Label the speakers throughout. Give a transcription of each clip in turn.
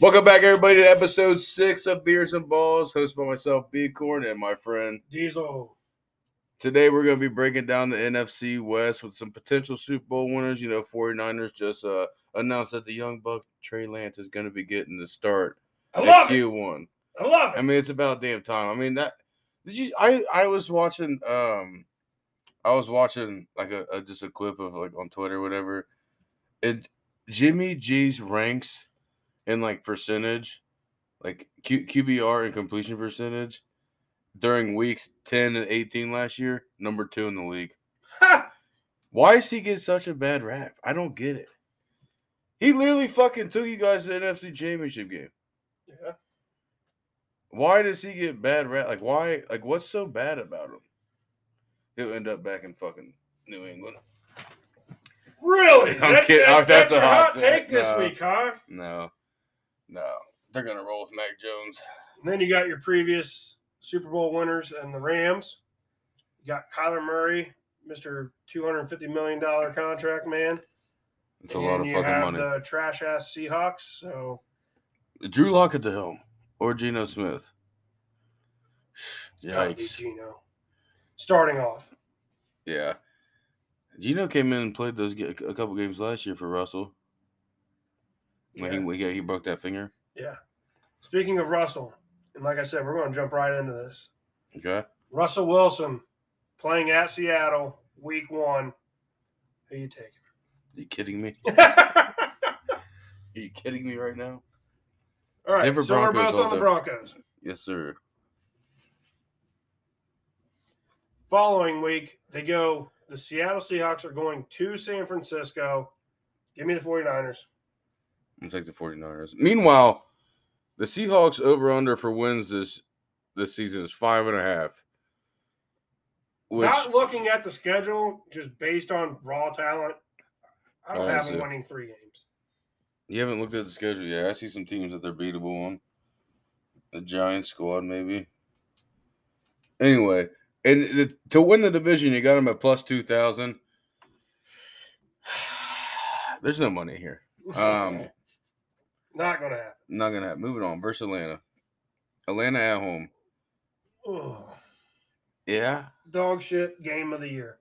Speaker 1: Welcome back, everybody, to episode six of Beers and Balls, hosted by myself, B Corn, and my friend.
Speaker 2: Diesel.
Speaker 1: Today, we're going to be breaking down the NFC West with some potential Super Bowl winners. You know, 49ers just uh, announced that the young buck Trey Lance is going to be getting the start
Speaker 2: I love it.
Speaker 1: Q1.
Speaker 2: I love
Speaker 1: I
Speaker 2: it.
Speaker 1: mean, it's about damn time. I mean, that did you? I I was watching um, I was watching like a, a just a clip of like on Twitter, or whatever, and Jimmy G's ranks in like percentage, like Q, QBR and completion percentage during weeks ten and eighteen last year, number two in the league.
Speaker 2: Ha!
Speaker 1: Why does he get such a bad rap? I don't get it. He literally fucking took you guys to the NFC Championship game.
Speaker 2: Yeah.
Speaker 1: Why does he get bad rap? Like why? Like what's so bad about him? He'll end up back in fucking New England.
Speaker 2: Really?
Speaker 1: I'm kidding. Oh, that's
Speaker 2: that's
Speaker 1: a
Speaker 2: your
Speaker 1: hot
Speaker 2: hot
Speaker 1: take. Uh,
Speaker 2: take this
Speaker 1: No.
Speaker 2: week, huh?
Speaker 1: No, no, they're gonna roll with Mac Jones.
Speaker 2: And then you got your previous Super Bowl winners and the Rams. You got Kyler Murray, Mr. $250 million contract man.
Speaker 1: It's a
Speaker 2: And
Speaker 1: lot of
Speaker 2: you
Speaker 1: fucking
Speaker 2: have
Speaker 1: money.
Speaker 2: the trash ass Seahawks. So
Speaker 1: Drew Lock at the helm or Geno Smith.
Speaker 2: it's gotta be
Speaker 1: Yikes!
Speaker 2: Geno. Starting off.
Speaker 1: Yeah, Geno came in and played those ga- a couple games last year for Russell when he
Speaker 2: Yeah.
Speaker 1: when he, he broke that finger.
Speaker 2: yeah. Speaking of Russell, and like I said, we're going to jump right into this.
Speaker 1: Okay,
Speaker 2: Russell Wilson playing at Seattle week one. Who you taking?
Speaker 1: you kidding me? Are you kidding me right now?
Speaker 2: All right.
Speaker 1: Denver
Speaker 2: so we're
Speaker 1: Broncos
Speaker 2: both on the
Speaker 1: all
Speaker 2: Broncos.
Speaker 1: Yes, sir.
Speaker 2: Following week, they go, the Seattle Seahawks are going to San Francisco. Give me the 49ers.
Speaker 1: I'm gonna take the 49ers. Meanwhile, the Seahawks over under for wins this this season is five and a half. Which
Speaker 2: Not looking at the schedule, just based on raw talent, I don't
Speaker 1: Oh,
Speaker 2: have
Speaker 1: is
Speaker 2: them
Speaker 1: it?
Speaker 2: winning three games.
Speaker 1: you haven't looked at the schedule yet. I see some teams that they're beatable on. The Giants squad, maybe. Anyway, and the, to win the division, you got them at plus two thousand. There's no money here. Um,
Speaker 2: Not going to happen.
Speaker 1: not gonna happen. Moving on. Versus Atlanta. Atlanta at home.
Speaker 2: Ugh.
Speaker 1: Yeah,
Speaker 2: Dog shit game of the year.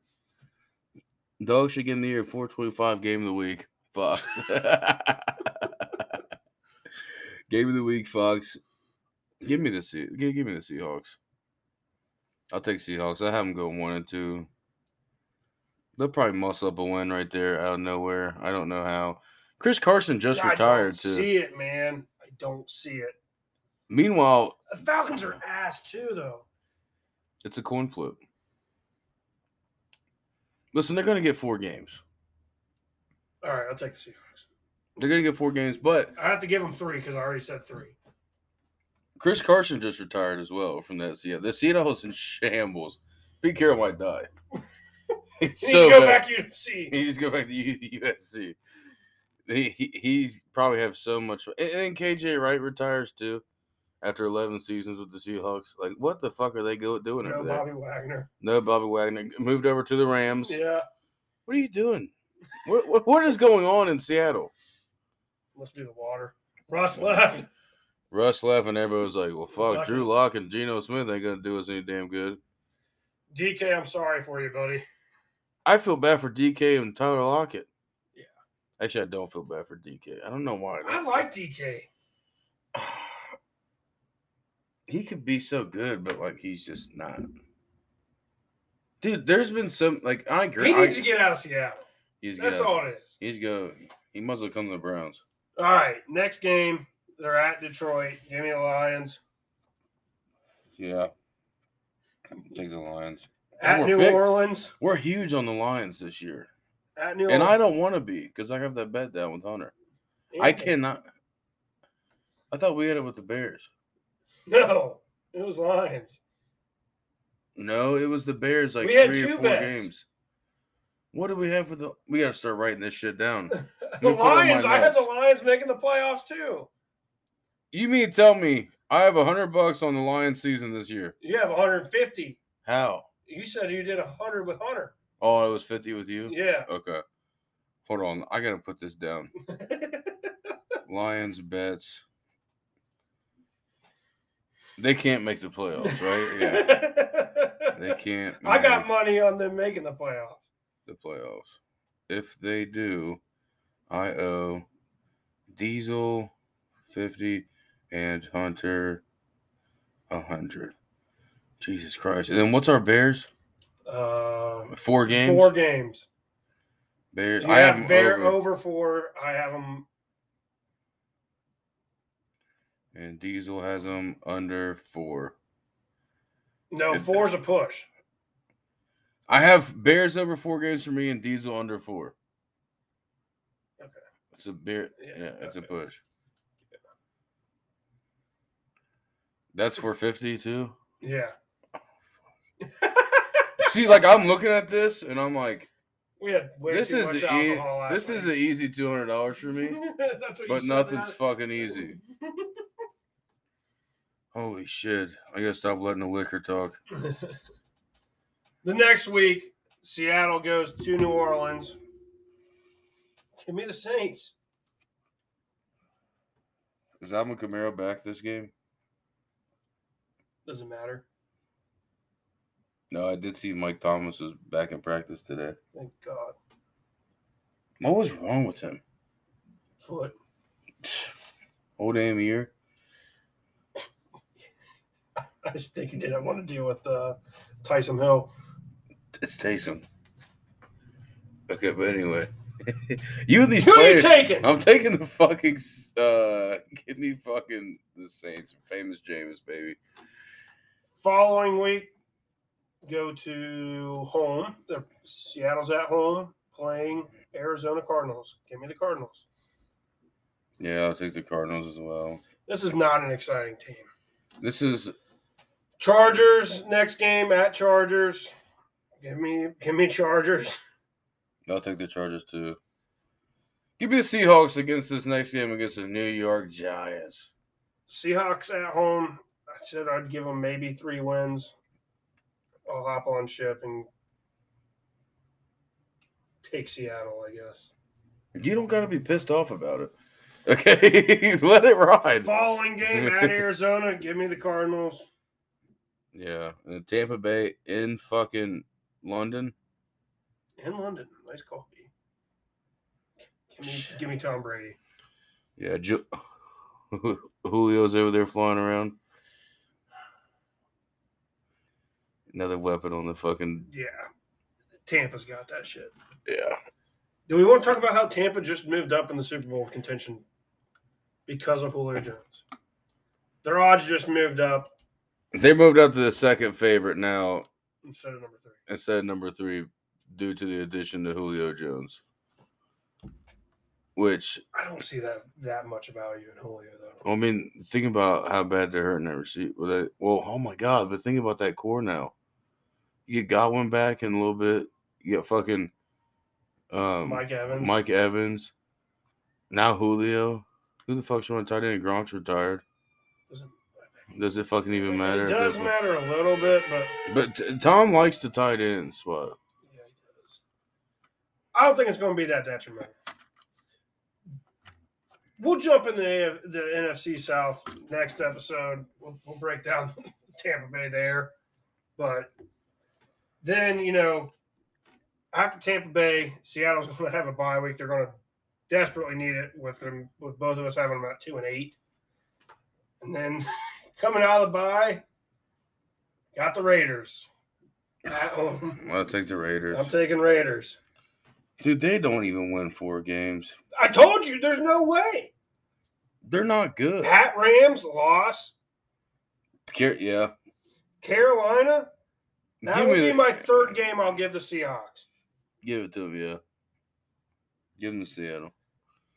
Speaker 1: Dog should get in the year 425 game of the week. Fox. game of the week, Fox. Give me the Se- give, give me the Seahawks. I'll take Seahawks. I have them going one and two. They'll probably muscle up a win right there out of nowhere. I don't know how. Chris Carson just
Speaker 2: I
Speaker 1: retired
Speaker 2: don't
Speaker 1: too.
Speaker 2: see it, man. I don't see it.
Speaker 1: Meanwhile,
Speaker 2: The Falcons are ass too, though.
Speaker 1: it's a coin flip. Listen, they're gonna get four games.
Speaker 2: All right, I'll take the Seahawks.
Speaker 1: They're gonna get four games, but
Speaker 2: I have to give them three because I already said three.
Speaker 1: Chris Carson just retired as well from that Seattle. The Seattle's in shambles. Pete Carroll might die. It's
Speaker 2: You need to go
Speaker 1: bad.
Speaker 2: back to UFC.
Speaker 1: He needs to go back to U- USC. He, he he's probably have so much. And, and KJ Wright retires too after 11 seasons with the Seahawks. Like, what the fuck are they go, doing
Speaker 2: No,
Speaker 1: over there?
Speaker 2: Bobby Wagner.
Speaker 1: No, Bobby Wagner moved over to the Rams.
Speaker 2: Yeah,
Speaker 1: What are you doing? what, what what is going on in Seattle?
Speaker 2: must be the water. Russ left.
Speaker 1: Russ left, and everybody was like, "Well, fuck,
Speaker 2: Fuck
Speaker 1: Drew
Speaker 2: it.
Speaker 1: Lock and Geno Smith ain't gonna do us any damn good."
Speaker 2: DK, I'm sorry for you, buddy.
Speaker 1: I feel bad for DK and Tyler Lockett.
Speaker 2: Yeah.
Speaker 1: Actually, I don't feel bad for DK. I don't know why.
Speaker 2: I like DK.
Speaker 1: he could be so good, but like he's just not. Dude, there's been some like I agree.
Speaker 2: He
Speaker 1: I-
Speaker 2: needs to get out of Seattle.
Speaker 1: he's
Speaker 2: That's
Speaker 1: got-
Speaker 2: all it is.
Speaker 1: He's go. He must have come to the Browns.
Speaker 2: All right, next game. They're at Detroit. Give me the Lions.
Speaker 1: Yeah. Take the Lions.
Speaker 2: At
Speaker 1: we're
Speaker 2: New
Speaker 1: big.
Speaker 2: Orleans.
Speaker 1: We're huge on the Lions this year,
Speaker 2: At New
Speaker 1: and I
Speaker 2: Orleans.
Speaker 1: don't want to be because I have that bet down with Hunter. I cannot. I thought we had it with the Bears.
Speaker 2: No, it was Lions.
Speaker 1: No, it was the Bears like
Speaker 2: We had
Speaker 1: three
Speaker 2: two
Speaker 1: or four
Speaker 2: bets.
Speaker 1: games. What do we have for the we gotta start writing this shit down.
Speaker 2: The
Speaker 1: me pull up my
Speaker 2: Lions. I had the
Speaker 1: notes.
Speaker 2: Lions making the playoffs too.
Speaker 1: You mean to tell me I have a hundred bucks on the Lions season this year?
Speaker 2: You have 150.
Speaker 1: How?
Speaker 2: You said you did 100 with Hunter.
Speaker 1: Oh, it was fifty with you?
Speaker 2: Yeah.
Speaker 1: Okay. Hold on. I gotta put this down. Lions bets. They can't make the playoffs, right? Yeah, they can't.
Speaker 2: I got
Speaker 1: make
Speaker 2: money on them making the playoffs.
Speaker 1: the playoffs. If they do, I owe Diesel fifty and Hunter hundred. Jesus Christ! And then what's our Bears?
Speaker 2: Uh,
Speaker 1: Four games.
Speaker 2: Four games.
Speaker 1: Bears.
Speaker 2: You
Speaker 1: I
Speaker 2: have,
Speaker 1: have 'em
Speaker 2: Bear
Speaker 1: over.
Speaker 2: over. four. I have them.
Speaker 1: and Diesel has them under four.
Speaker 2: No,
Speaker 1: It-
Speaker 2: four's a push.
Speaker 1: I have Bears over four games for me and Diesel under four.
Speaker 2: Okay.
Speaker 1: It's a beer. Yeah,
Speaker 2: Yeah,
Speaker 1: it's a
Speaker 2: okay.
Speaker 1: push. That's for fifty too.
Speaker 2: Yeah.
Speaker 1: See, like I'm looking at this and I'm like,
Speaker 2: we had way
Speaker 1: this
Speaker 2: too
Speaker 1: is
Speaker 2: much
Speaker 1: a e-
Speaker 2: alcohol last
Speaker 1: this is an
Speaker 2: night.
Speaker 1: easy two hundred dollars for me,
Speaker 2: That's what you
Speaker 1: but
Speaker 2: said
Speaker 1: nothing's
Speaker 2: last-
Speaker 1: fucking easy. Holy shit! I gotta stop letting the liquor talk.
Speaker 2: the next week, Seattle goes to New Orleans. Give me the Saints.
Speaker 1: Is Alvin Kamara back this game?
Speaker 2: Doesn't matter.
Speaker 1: No, I did see Mike Thomas was back in practice today.
Speaker 2: Thank God.
Speaker 1: What was wrong with him?
Speaker 2: Foot.
Speaker 1: Old damn year.
Speaker 2: I just think he didn't want to deal with uh, Tyson Hill.
Speaker 1: It's Taysom. Okay, but anyway, you and these
Speaker 2: Who are you
Speaker 1: players.
Speaker 2: taking?
Speaker 1: I'm taking the fucking. s- Uh, give me fucking the Saints, famous James, baby.
Speaker 2: Following week, go to home. The Seattle's at home playing Arizona Cardinals. Give me the Cardinals.
Speaker 1: Yeah, I'll take the Cardinals as well.
Speaker 2: This is not an exciting team.
Speaker 1: This is
Speaker 2: Chargers next game at Chargers. Give me, give me Chargers.
Speaker 1: I'll take the Chargers too. Give me the Seahawks against this next game against the New York Giants.
Speaker 2: Seahawks at home. I said I'd give them maybe three wins. I'll hop on ship and take Seattle, I guess.
Speaker 1: You don't got to be pissed off about it. Okay, let it ride.
Speaker 2: Following game at Arizona. Give me the Cardinals.
Speaker 1: Yeah, and Tampa Bay in fucking London.
Speaker 2: in London. Nice coffee. Give me, give me Tom Brady.
Speaker 1: Yeah, Ju- Julio's over there flying around. Another weapon on the fucking
Speaker 2: Yeah, Tampa's got that shit.
Speaker 1: yeah.
Speaker 2: Do we want to talk about how Tampa just moved up in the Super Bowl contention because of Julio Jones? Their odds just moved up
Speaker 1: They moved up to the second favorite now
Speaker 2: instead of number three.
Speaker 1: instead of number three due to the addition to Julio Jones, which
Speaker 2: I don't see that that much value in Julio though.
Speaker 1: I mean, think about how bad they're hurting that receipt. Well, they, well, oh my god! But think about that core now. You get Godwin back in a little bit. You get fucking um,
Speaker 2: Mike Evans.
Speaker 1: Mike Evans. Now Julio. Who the fuck's running tight end? Gronk's retired.
Speaker 2: Doesn't-
Speaker 1: Does it fucking even matter?
Speaker 2: It
Speaker 1: at
Speaker 2: does
Speaker 1: this
Speaker 2: matter a little bit, but
Speaker 1: point? But t- Tom likes the tight end spot.
Speaker 2: Yeah, he does. I don't think it's going to be that detrimental. We'll jump into the, the NFC South next episode. We'll, we'll break down Tampa Bay there. But then, you know, after Tampa Bay, Seattle's going to have a bye week. They're going to desperately need it with them, with both of us having them at two and eight. And then coming out of the bye, got the Raiders at home.
Speaker 1: I'll take the Raiders.
Speaker 2: I'm taking Raiders.
Speaker 1: Dude, they don't even win four games.
Speaker 2: I told you, there's no way.
Speaker 1: They're not good.
Speaker 2: At Rams, loss.
Speaker 1: Car- yeah.
Speaker 2: Carolina, that
Speaker 1: Give
Speaker 2: would
Speaker 1: me
Speaker 2: be
Speaker 1: the-
Speaker 2: my third game I'll give the Seahawks.
Speaker 1: Give it to him, yeah. Give him to Seattle.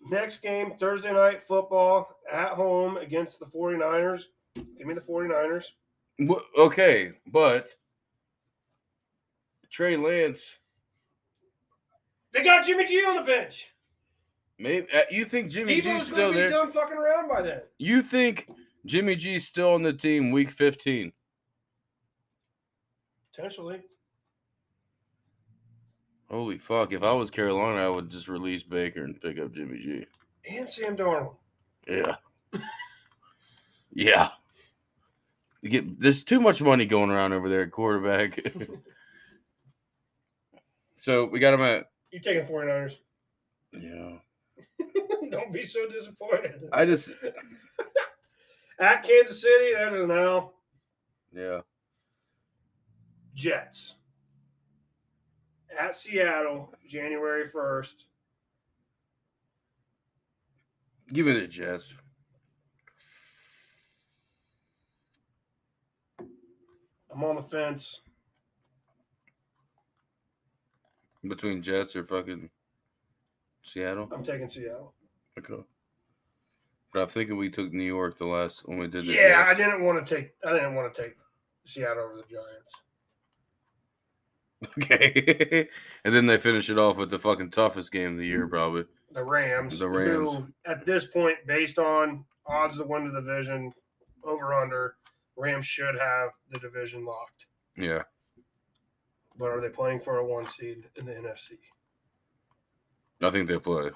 Speaker 2: Next game, Thursday night football at home against the 49ers. Give me the 49ers.
Speaker 1: Wh- Okay, but Trey Lance,
Speaker 2: They got Jimmy G on the bench.
Speaker 1: maybe uh, you think Jimmy
Speaker 2: Debo's
Speaker 1: G's
Speaker 2: going
Speaker 1: still
Speaker 2: to be
Speaker 1: there?
Speaker 2: done fucking around by then.
Speaker 1: You think Jimmy G's still on the team week 15?
Speaker 2: Potentially.
Speaker 1: Holy fuck. If I was Carolina, I would just release Baker and pick up Jimmy G.
Speaker 2: And Sam Darnold.
Speaker 1: Yeah. yeah. You get there's too much money going around over there at quarterback. so we got him at
Speaker 2: You're taking 49ers.
Speaker 1: yeah.
Speaker 2: Don't be so disappointed.
Speaker 1: I just
Speaker 2: At Kansas City, that is now
Speaker 1: yeah.
Speaker 2: Jets. At Seattle, January 1st.
Speaker 1: Give me the Jets.
Speaker 2: I'm on the fence.
Speaker 1: Between Jets or fucking Seattle.
Speaker 2: I'm taking Seattle.
Speaker 1: Okay. But I'm thinking we took New York the last when we did the
Speaker 2: Yeah, I
Speaker 1: Jets.
Speaker 2: didn't want to take I didn't want to take Seattle over the Giants.
Speaker 1: Okay. and then they finish it off with the fucking toughest game of the year, probably.
Speaker 2: The Rams.
Speaker 1: The Rams.
Speaker 2: Who, at this point, based on odds to win the division, over under, Rams should have the division locked.
Speaker 1: Yeah.
Speaker 2: But are they playing for a one seed in the NFC?
Speaker 1: I think they play.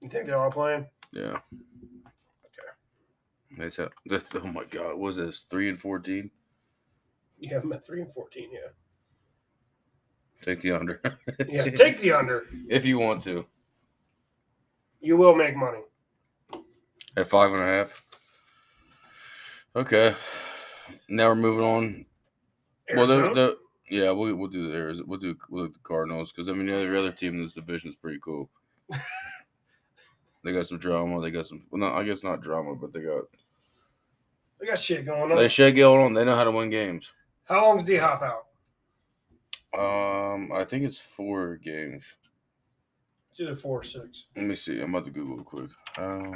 Speaker 2: You think they're all playing?
Speaker 1: Yeah. That's how, that's, oh my god, what was this three and fourteen?
Speaker 2: You have them at three and fourteen, yeah.
Speaker 1: Take the under
Speaker 2: Yeah, take the under.
Speaker 1: if you want to
Speaker 2: You will make money.
Speaker 1: at five and a half. Okay, now we're moving on.
Speaker 2: Arizona?
Speaker 1: Well, the, the, yeah, we, we'll do the Ariz- we'll do we'll do the Cardinals because I mean the other- other team in this division is pretty cool. they got some drama. They got some. Well, no, I guess not drama, but they got
Speaker 2: they got shit going on.
Speaker 1: they shit going on. They know how to win games.
Speaker 2: How long's D Hop out?
Speaker 1: Um, I think it's four games.
Speaker 2: It's either four or six.
Speaker 1: Let me see. I'm about to Google it quick. Uh,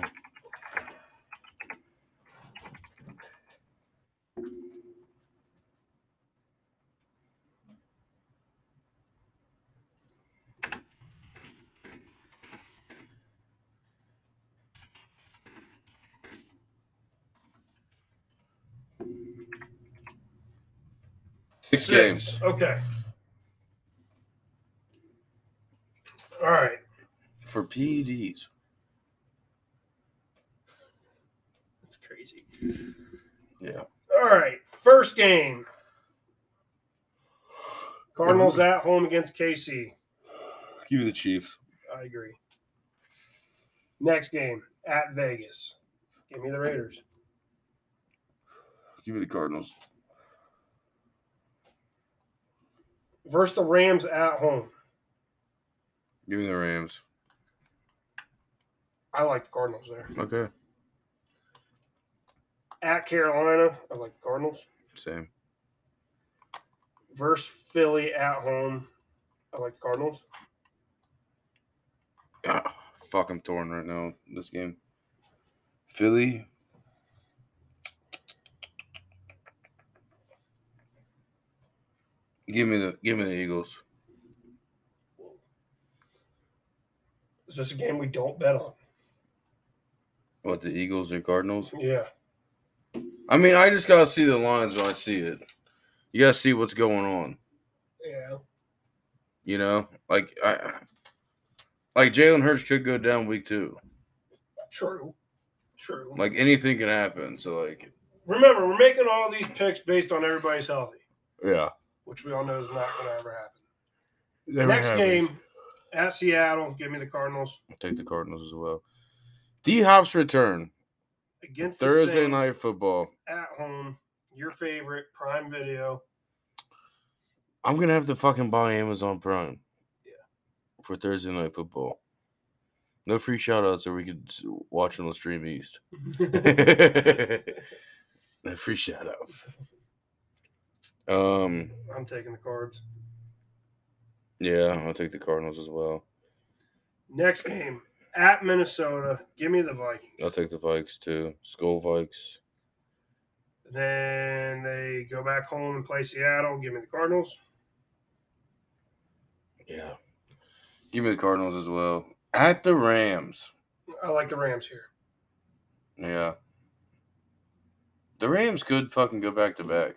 Speaker 1: six games.
Speaker 2: Okay. All right.
Speaker 1: For E PEDs.
Speaker 2: That's crazy.
Speaker 1: Yeah.
Speaker 2: All right, first game. Cardinals at home against KC.
Speaker 1: Give me the Chiefs.
Speaker 2: I agree. Next game at Vegas. Give me the Raiders.
Speaker 1: Give me the Cardinals.
Speaker 2: Versus the Rams at home.
Speaker 1: Give me the Rams.
Speaker 2: I like the Cardinals there.
Speaker 1: Okay.
Speaker 2: At Carolina, I like the Cardinals.
Speaker 1: Same.
Speaker 2: Versus Philly at home, I like the Cardinals.
Speaker 1: Ah, fuck, I'm torn right now. This game. Philly. Give me the give me the Eagles.
Speaker 2: Is this a game we don't bet on?
Speaker 1: What the Eagles or Cardinals?
Speaker 2: Yeah.
Speaker 1: I mean, I just gotta see the lines when I see it. You gotta see what's going on.
Speaker 2: Yeah.
Speaker 1: You know, like I, like Jalen Hurts could go down week two.
Speaker 2: True. True.
Speaker 1: Like anything can happen. So like,
Speaker 2: Remember, we're making all these picks based on everybody's healthy,
Speaker 1: yeah.
Speaker 2: which we all know is not going to ever happen. Next game at Seattle. Give me the Cardinals
Speaker 1: take the Cardinals as well. D Hop's return
Speaker 2: against the
Speaker 1: Thursday
Speaker 2: Saints
Speaker 1: night football.
Speaker 2: at home. Your favorite Prime Video.
Speaker 1: I'm gonna have to fucking buy Amazon Prime. Yeah. For Thursday night football. No free shout outs or we could s- watch it on Stream East. no free shout outs. Um
Speaker 2: I'm taking the Cards.
Speaker 1: yeah, I'll take the Cardinals as well.
Speaker 2: Next game at Minnesota. Give me the Vikings.
Speaker 1: I'll take the Vikes too. Skull Vikes.
Speaker 2: Then they go back home and play Seattle. Give me the Cardinals.
Speaker 1: Yeah. Give me the Cardinals as well. At the Rams.
Speaker 2: I like the Rams here.
Speaker 1: Yeah. The Rams could fucking go back to back.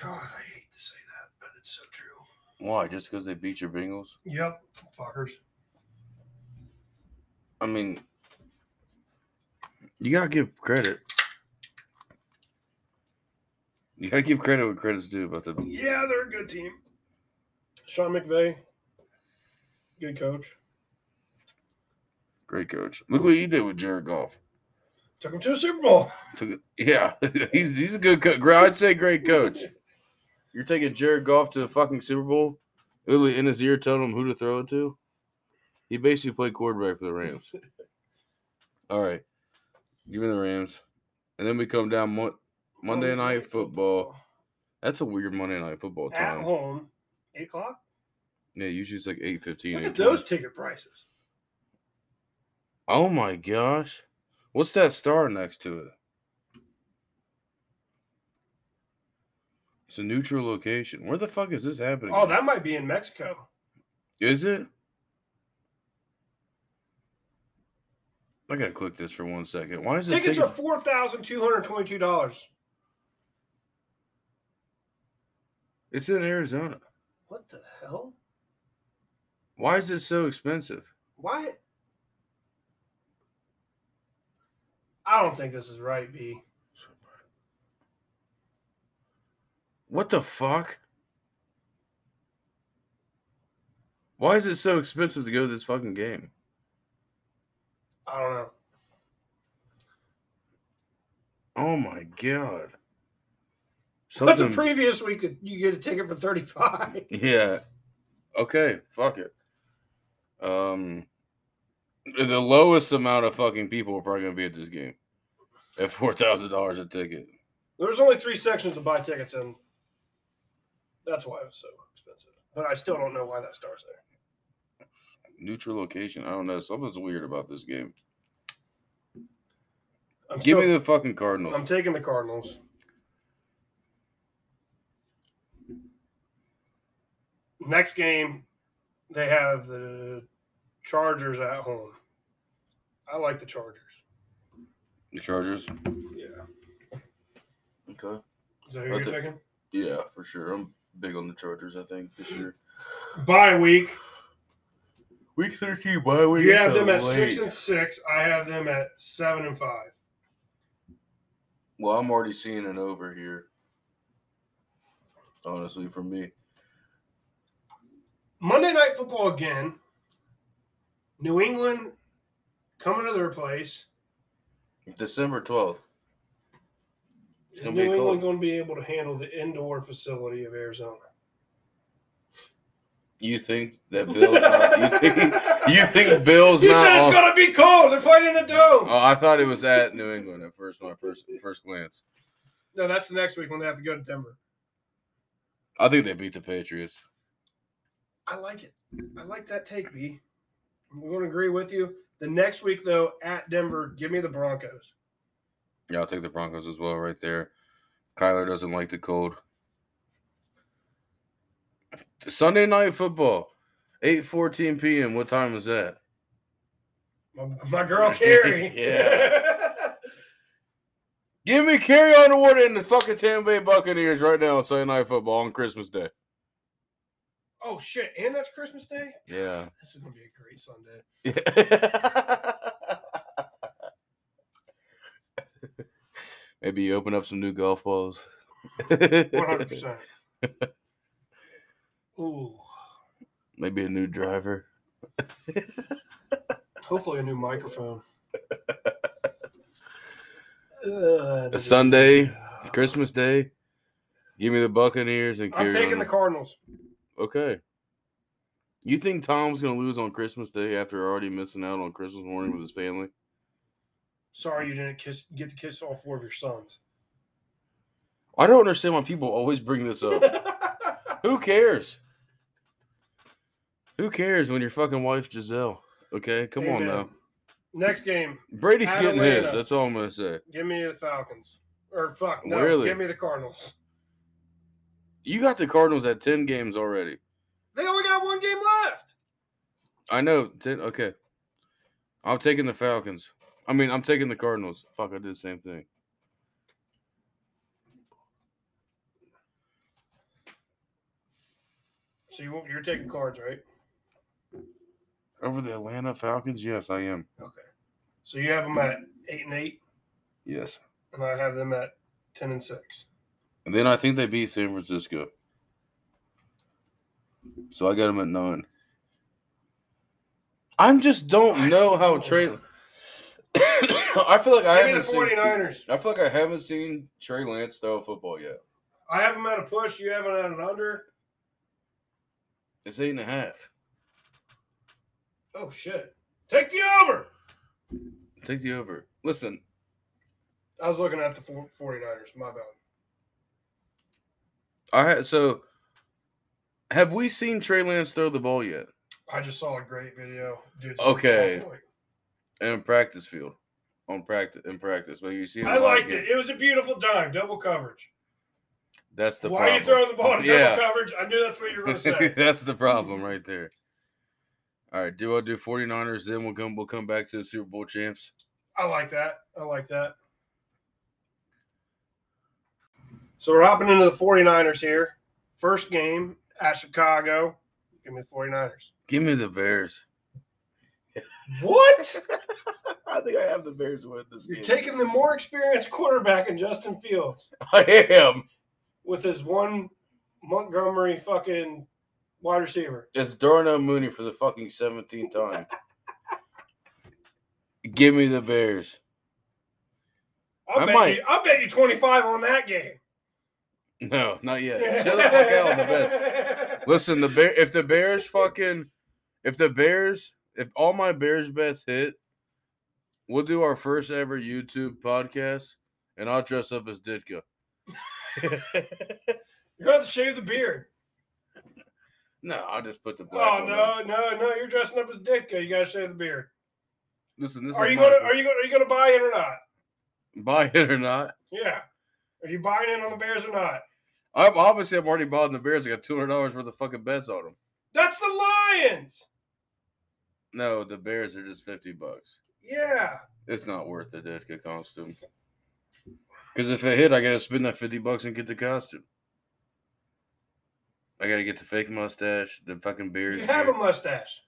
Speaker 2: God, I hate to say that, but it's so true.
Speaker 1: Why? Just because they beat your Bengals?
Speaker 2: Yep, fuckers.
Speaker 1: I mean, you gotta give credit. You gotta give credit what credit's due about the
Speaker 2: Yeah, they're a good team. Sean McVay, good coach.
Speaker 1: great coach. Look what he did with Jared Goff.
Speaker 2: Took him to a Super Bowl.
Speaker 1: Took it- yeah, he's he's a good coach. I'd say great coach. You're taking Jared Goff to the fucking Super Bowl, literally in his ear telling him who to throw it to. He basically played quarterback for the Rams. All right, give me the Rams, and then we come down Mo- Monday Night Football. That's a weird Monday Night Football
Speaker 2: At
Speaker 1: time.
Speaker 2: home, eight o'clock.
Speaker 1: Yeah, usually it's like eight fifteen.
Speaker 2: Look at those ticket prices.
Speaker 1: Oh my gosh, what's that star next to it? It's a neutral location. Where the fuck is this happening?
Speaker 2: Oh,
Speaker 1: at?
Speaker 2: that might be in Mexico.
Speaker 1: Is it? I gotta click this for one second. Why is it
Speaker 2: Tickets
Speaker 1: taking-
Speaker 2: are four thousand two hundred twenty-two dollars.
Speaker 1: It's in Arizona.
Speaker 2: What the hell?
Speaker 1: Why is it so expensive?
Speaker 2: Why? I don't think this is right, B.
Speaker 1: What the fuck? Why is it so expensive to go to this fucking game?
Speaker 2: I don't know.
Speaker 1: Oh my god.
Speaker 2: But the
Speaker 1: Something.
Speaker 2: previous week, you get a ticket for thirty-five.
Speaker 1: yeah. Okay. Fuck it. Um, the lowest amount of fucking people are probably gonna be at this game at four thousand dollars a ticket.
Speaker 2: There's only three sections to buy tickets in. That's why it was so expensive. But I still don't know why that star's there.
Speaker 1: neutral location. I don't know. Something's weird about this game.
Speaker 2: I'm
Speaker 1: Give
Speaker 2: still-
Speaker 1: me the fucking Cardinals.
Speaker 2: I'm taking the Cardinals. Next game, they have the Chargers at home. I like the Chargers.
Speaker 1: the Chargers.
Speaker 2: Yeah.
Speaker 1: Okay.
Speaker 2: Is that who
Speaker 1: I
Speaker 2: you're
Speaker 1: thi-
Speaker 2: taking?
Speaker 1: Yeah, for sure. I'm big on the Chargers. I think this year.
Speaker 2: Bye week.
Speaker 1: Week thirteen bye week.
Speaker 2: You
Speaker 1: it's
Speaker 2: have
Speaker 1: a
Speaker 2: them at six
Speaker 1: late-
Speaker 2: and six. I have them at seven and five.
Speaker 1: Well, I'm already seeing an over here. Honestly, for me,
Speaker 2: Monday night football again. New England coming to their place.
Speaker 1: December twelfth. It's
Speaker 2: Is
Speaker 1: gonna
Speaker 2: New
Speaker 1: be
Speaker 2: England
Speaker 1: cold.
Speaker 2: going to be able to handle the indoor facility of Arizona?
Speaker 1: You think that Bill's not? uh, You think, you think Bill's
Speaker 2: You
Speaker 1: not?
Speaker 2: said it's
Speaker 1: on-
Speaker 2: gonna be cold. They're playing in a dome.
Speaker 1: oh, I thought it was at New England at first. My first first glance.
Speaker 2: no, that's the next week when they have to go to Denver.
Speaker 1: I think they beat the Patriots.
Speaker 2: I like it. I like that take, B. I'm going to agree with you. The next week, though, at Denver, give me the Broncos.
Speaker 1: Yeah, I'll take the Broncos as well, right there. Kyler doesn't like the cold. Sunday night football, eight fourteen p.m. What time is that?
Speaker 2: My, my girl Carrie.
Speaker 1: Yeah. Give me Carry Underwood and the fucking Tampa Bay Buccaneers right now on Sunday night football on Christmas Day.
Speaker 2: oh shit! And that's Christmas Day.
Speaker 1: Yeah.
Speaker 2: This is gonna be a great Sunday.
Speaker 1: Maybe you open up some new golf balls.
Speaker 2: One hundred percent. Ooh.
Speaker 1: Maybe a new driver.
Speaker 2: Hopefully, a new microphone. Uh,
Speaker 1: Sunday, Christmas Day. Give me the Buccaneers and
Speaker 2: I'm
Speaker 1: Carry
Speaker 2: taking the Cardinals.
Speaker 1: Okay. You think Tom's gonna lose on Christmas Day after already missing out on Christmas morning with his family?
Speaker 2: Sorry you didn't kiss get to kiss all four of your sons.
Speaker 1: I don't understand why people always bring this up. Who cares? Who cares when your fucking wife Giselle? Okay, come on
Speaker 2: Amen.
Speaker 1: now.
Speaker 2: Next game,
Speaker 1: Brady's
Speaker 2: At
Speaker 1: getting his.
Speaker 2: Atlanta.
Speaker 1: That's all I'm gonna say.
Speaker 2: give me the Falcons. Or fuck, no,
Speaker 1: Really?
Speaker 2: give me the Cardinals.
Speaker 1: You got the Cardinals at ten games already.
Speaker 2: They only got one game left.
Speaker 1: I know. Ten, okay, I'm taking the Falcons. I mean, I'm taking the Cardinals. Fuck, I did the same thing.
Speaker 2: So you won't, you're taking cards, right?
Speaker 1: Over the Atlanta Falcons? Yes, I am.
Speaker 2: Okay. So you have them at eight and eight,
Speaker 1: Yes.
Speaker 2: and I have them at ten and six.
Speaker 1: And then I think they beat San Francisco. So I got them at nine. I just don't know how Trey. I feel like I
Speaker 2: Give me the
Speaker 1: haven't seen.
Speaker 2: 49ers.
Speaker 1: I feel like I haven't seen Trey Lance throw a football yet.
Speaker 2: I have them at a push. You have them at an under.
Speaker 1: It's eight and a half.
Speaker 2: Oh, shit. Take the over.
Speaker 1: Take the over. Listen,
Speaker 2: I was looking at the four- 49ers. My bad.
Speaker 1: I ha- so have we seen Trey Lance throw the ball yet
Speaker 2: I just saw a great video. Dude,
Speaker 1: Okay. in practice field? On practice in practice, but you see,
Speaker 2: I liked it. It was a beautiful dime, double coverage.
Speaker 1: That's the
Speaker 2: Why
Speaker 1: problem.
Speaker 2: are you throwing the ball in
Speaker 1: Yeah.
Speaker 2: double coverage? I knew that's what you were going to say.
Speaker 1: That's the problem right there. All right, do I do 49ers? Then we'll come. We'll come back to the Super Bowl champs.
Speaker 2: I like that. I like that. So we're hopping into the 49ers here. First game at Chicago. Give me the 49ers.
Speaker 1: Give me the Bears.
Speaker 2: What?
Speaker 1: I think I have the Bears win this
Speaker 2: You're taking the more experienced quarterback in Justin Fields
Speaker 1: I am.
Speaker 2: with his one Montgomery fucking wide receiver.
Speaker 1: It's Darnell Mooney for the fucking seventeenth time. Give me the Bears.
Speaker 2: I,
Speaker 1: I
Speaker 2: bet
Speaker 1: might.
Speaker 2: you I bet you 25 on that game.
Speaker 1: No, not yet. Chill the fuck out on the bets. Listen, the bear. If the Bears fucking, if the Bears, if all my Bears bets hit, we'll do our first ever YouTube podcast, and I'll dress up as Ditka.
Speaker 2: You're going to have to shave the beard.
Speaker 1: No, I'll just put the black.
Speaker 2: Oh
Speaker 1: one on.
Speaker 2: no, no, no! You're dressing up as Ditka. You gotta shave the beard.
Speaker 1: Listen, this
Speaker 2: Are
Speaker 1: is
Speaker 2: you
Speaker 1: my-
Speaker 2: gonna are you gonna are you gonna buy in or not?
Speaker 1: buy it or not?
Speaker 2: Yeah. Are you buying in on the Bears or not?
Speaker 1: I'm obviously I'm already buying the Bears. I got two hundred dollars worth of fucking bets on them.
Speaker 2: That's the Lions.
Speaker 1: No, the Bears are just fifty bucks.
Speaker 2: Yeah.
Speaker 1: It's not worth the Ditka costume. Because if it hit, I gotta spend that fifty bucks and get the costume. I gotta get the fake mustache, the fucking beard.
Speaker 2: You have a mustache,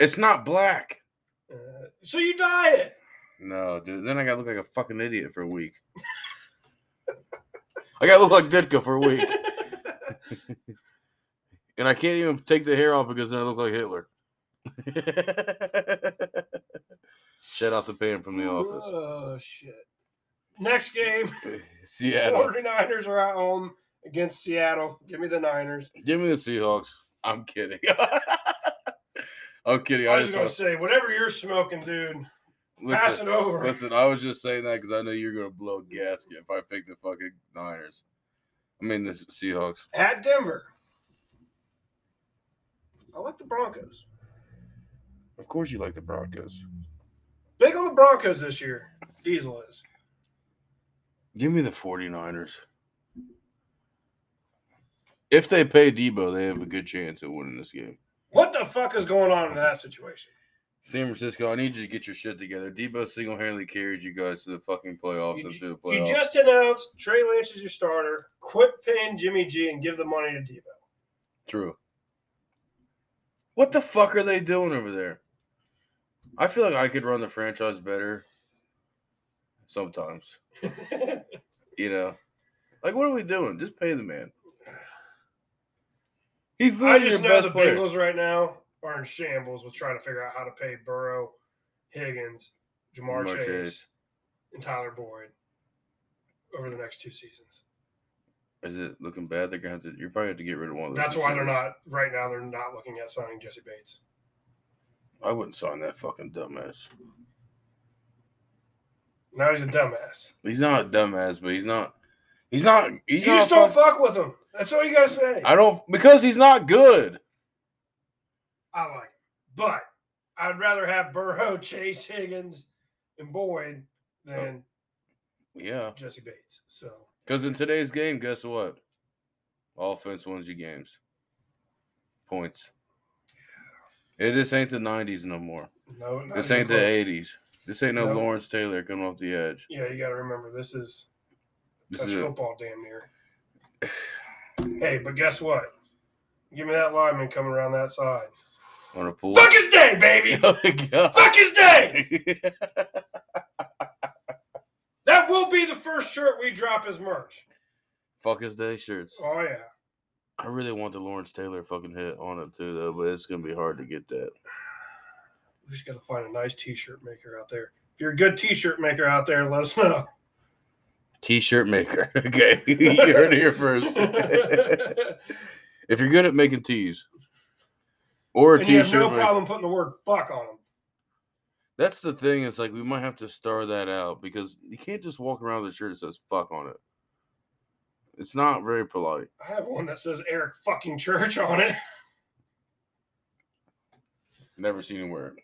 Speaker 1: It's not black.
Speaker 2: uh, so you dye it.
Speaker 1: No, dude. Then I gotta look like a fucking idiot for a week. I gotta look like Ditka for a week. And I can't even take the hair off because then I look like Hitler. Shout out to Pam from the office.
Speaker 2: Oh shit. Next game,
Speaker 1: Seattle.
Speaker 2: 49ers are at home against Seattle. Give me the Niners.
Speaker 1: Give me the Seahawks. I'm kidding. I'm kidding.
Speaker 2: I
Speaker 1: I
Speaker 2: was
Speaker 1: just
Speaker 2: gonna
Speaker 1: want,
Speaker 2: say, whatever you're smoking, dude, pass
Speaker 1: listen,
Speaker 2: it over.
Speaker 1: listen, I was just saying that because I know you're going to blow a gasket if I pick the fucking Niners. I mean, the Seahawks.
Speaker 2: At Denver. I like the Broncos.
Speaker 1: Of course you like the Broncos.
Speaker 2: Big on the Broncos this year. Diesel is.
Speaker 1: Give me the 49ers. If they pay Debo, they have a good chance at winning this game.
Speaker 2: What the fuck is going on in that situation?
Speaker 1: San Francisco, I need you to get your shit together. Debo single handedly carried you guys to the fucking playoffs
Speaker 2: You
Speaker 1: and
Speaker 2: ju-
Speaker 1: to the
Speaker 2: You
Speaker 1: playoffs.
Speaker 2: just announced Trey Lance is your starter. Quit paying Jimmy G and give the money to Debo.
Speaker 1: True. What the fuck are they doing over there? I feel like I could run the franchise better sometimes. You know? Like, what are we doing? Just pay the man. He's
Speaker 2: I
Speaker 1: literally
Speaker 2: just
Speaker 1: your
Speaker 2: know
Speaker 1: best
Speaker 2: the
Speaker 1: player.
Speaker 2: Bengals right now are in shambles with trying to figure out how to pay Burrow, Higgins, Jamar,
Speaker 1: Jamar
Speaker 2: Chase,
Speaker 1: Chase.
Speaker 2: and Tyler Boyd over the next two seasons.
Speaker 1: Is it looking bad? They're gonna have to. You're probably have to get rid of one of those.
Speaker 2: That's why they're
Speaker 1: receivers.
Speaker 2: not right now. They're not looking at signing Jesse Bates.
Speaker 1: I wouldn't sign that fucking dumbass.
Speaker 2: Now he's a dumbass.
Speaker 1: He's not a dumbass, but he's not. He's not. He's
Speaker 2: you
Speaker 1: not.
Speaker 2: just don't
Speaker 1: fuck-
Speaker 2: fuck with him. That's all you gotta say.
Speaker 1: I don't because he's not good.
Speaker 2: I like it. But I'd rather have Burrow, Chase Higgins, and Boyd than
Speaker 1: Yeah.
Speaker 2: Jesse Bates. So
Speaker 1: Because in today's game, guess what? Offense wins you games. Points. It this ain't the nineties no more.
Speaker 2: no, not
Speaker 1: This
Speaker 2: even
Speaker 1: ain't the
Speaker 2: close.
Speaker 1: eighties. This ain't no
Speaker 2: No.
Speaker 1: Lawrence Taylor coming off the edge.
Speaker 2: Yeah, you gotta remember this is
Speaker 1: This
Speaker 2: touch
Speaker 1: is it.
Speaker 2: football damn near. hey, but guess what? Give me that lineman coming around that side.
Speaker 1: on a pool.
Speaker 2: Fuck his day, baby!
Speaker 1: Oh my God.
Speaker 2: Fuck his day! That will be the first shirt we drop as merch.
Speaker 1: fuck his day shirts.
Speaker 2: Oh yeah.
Speaker 1: I really want the Lawrence Taylor fucking hit on it too, though, but it's gonna be hard to get that.
Speaker 2: We just gotta find a nice t-shirt maker out there. If you're a good t-shirt maker out there, let us know.
Speaker 1: T-shirt maker. okay, you heard it here first. if you're good at making tees or a
Speaker 2: and you have
Speaker 1: shirt
Speaker 2: no problem putting the word fuck on them.
Speaker 1: that's the thing. It's like we might have to star that out because you can't just walk around with a shirt that says "fuck" on it. It's not very polite.
Speaker 2: I have one that says Eric fucking Church on it.
Speaker 1: Never seen him wear it.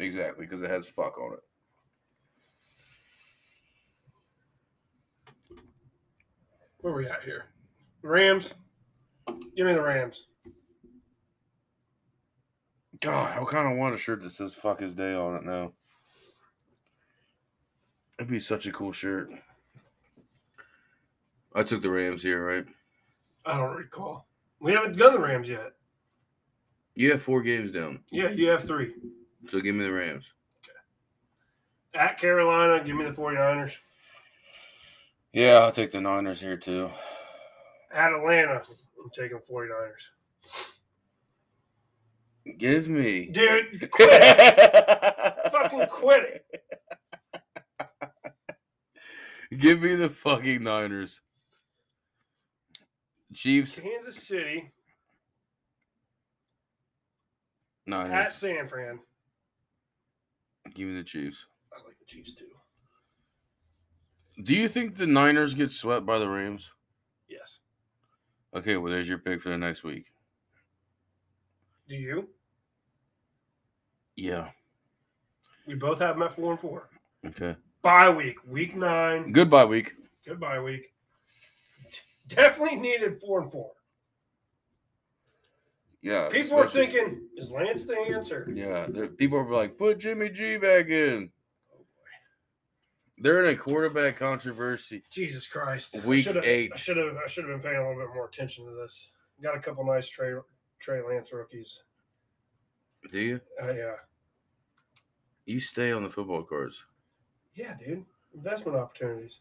Speaker 1: Exactly, because it has fuck on it.
Speaker 2: Where we at here? Rams. Give me the Rams.
Speaker 1: God, I kind of want a shirt that says fuck his day on it now. It'd be such a cool shirt. I took the Rams here, right?
Speaker 2: I don't recall. We haven't done the Rams yet.
Speaker 1: You have four games down,
Speaker 2: Yeah, you have three.
Speaker 1: so give me the Rams.
Speaker 2: At Carolina, give me the 49ers.
Speaker 1: Yeah, I'll take the Niners here too.
Speaker 2: At Atlanta, I'm taking 49ers.
Speaker 1: Give me.
Speaker 2: Dude, quit it. fucking
Speaker 1: Fucking
Speaker 2: quit it.
Speaker 1: Give me the fucking Niners. Chiefs,
Speaker 2: Kansas City at Uh,
Speaker 1: Niners.
Speaker 2: San Fran.
Speaker 1: Give me the Chiefs.
Speaker 2: I like the Chiefs too.
Speaker 1: Do you think the Niners get swept by the Rams?
Speaker 2: Yes.
Speaker 1: Okay, well, there's your pick for the next week.
Speaker 2: Do you?
Speaker 1: Yeah.
Speaker 2: We both have them at four and four.
Speaker 1: Okay.
Speaker 2: Bye week, week nine.
Speaker 1: Goodbye week.
Speaker 2: Goodbye week. Definitely needed four and four.
Speaker 1: Yeah.
Speaker 2: People are
Speaker 1: especially-
Speaker 2: thinking, is Lance the answer?
Speaker 1: Yeah, the, people are like, put Jimmy G back in. They're in a quarterback controversy.
Speaker 2: Jesus Christ.
Speaker 1: Week
Speaker 2: I should've-
Speaker 1: eight.
Speaker 2: I should have I should have been paying a little bit more attention to this. Got a couple nice Trey Trey Lance rookies.
Speaker 1: Do you?
Speaker 2: Uh, yeah.
Speaker 1: You stay on the football cards.
Speaker 2: Yeah, dude. Investment opportunities.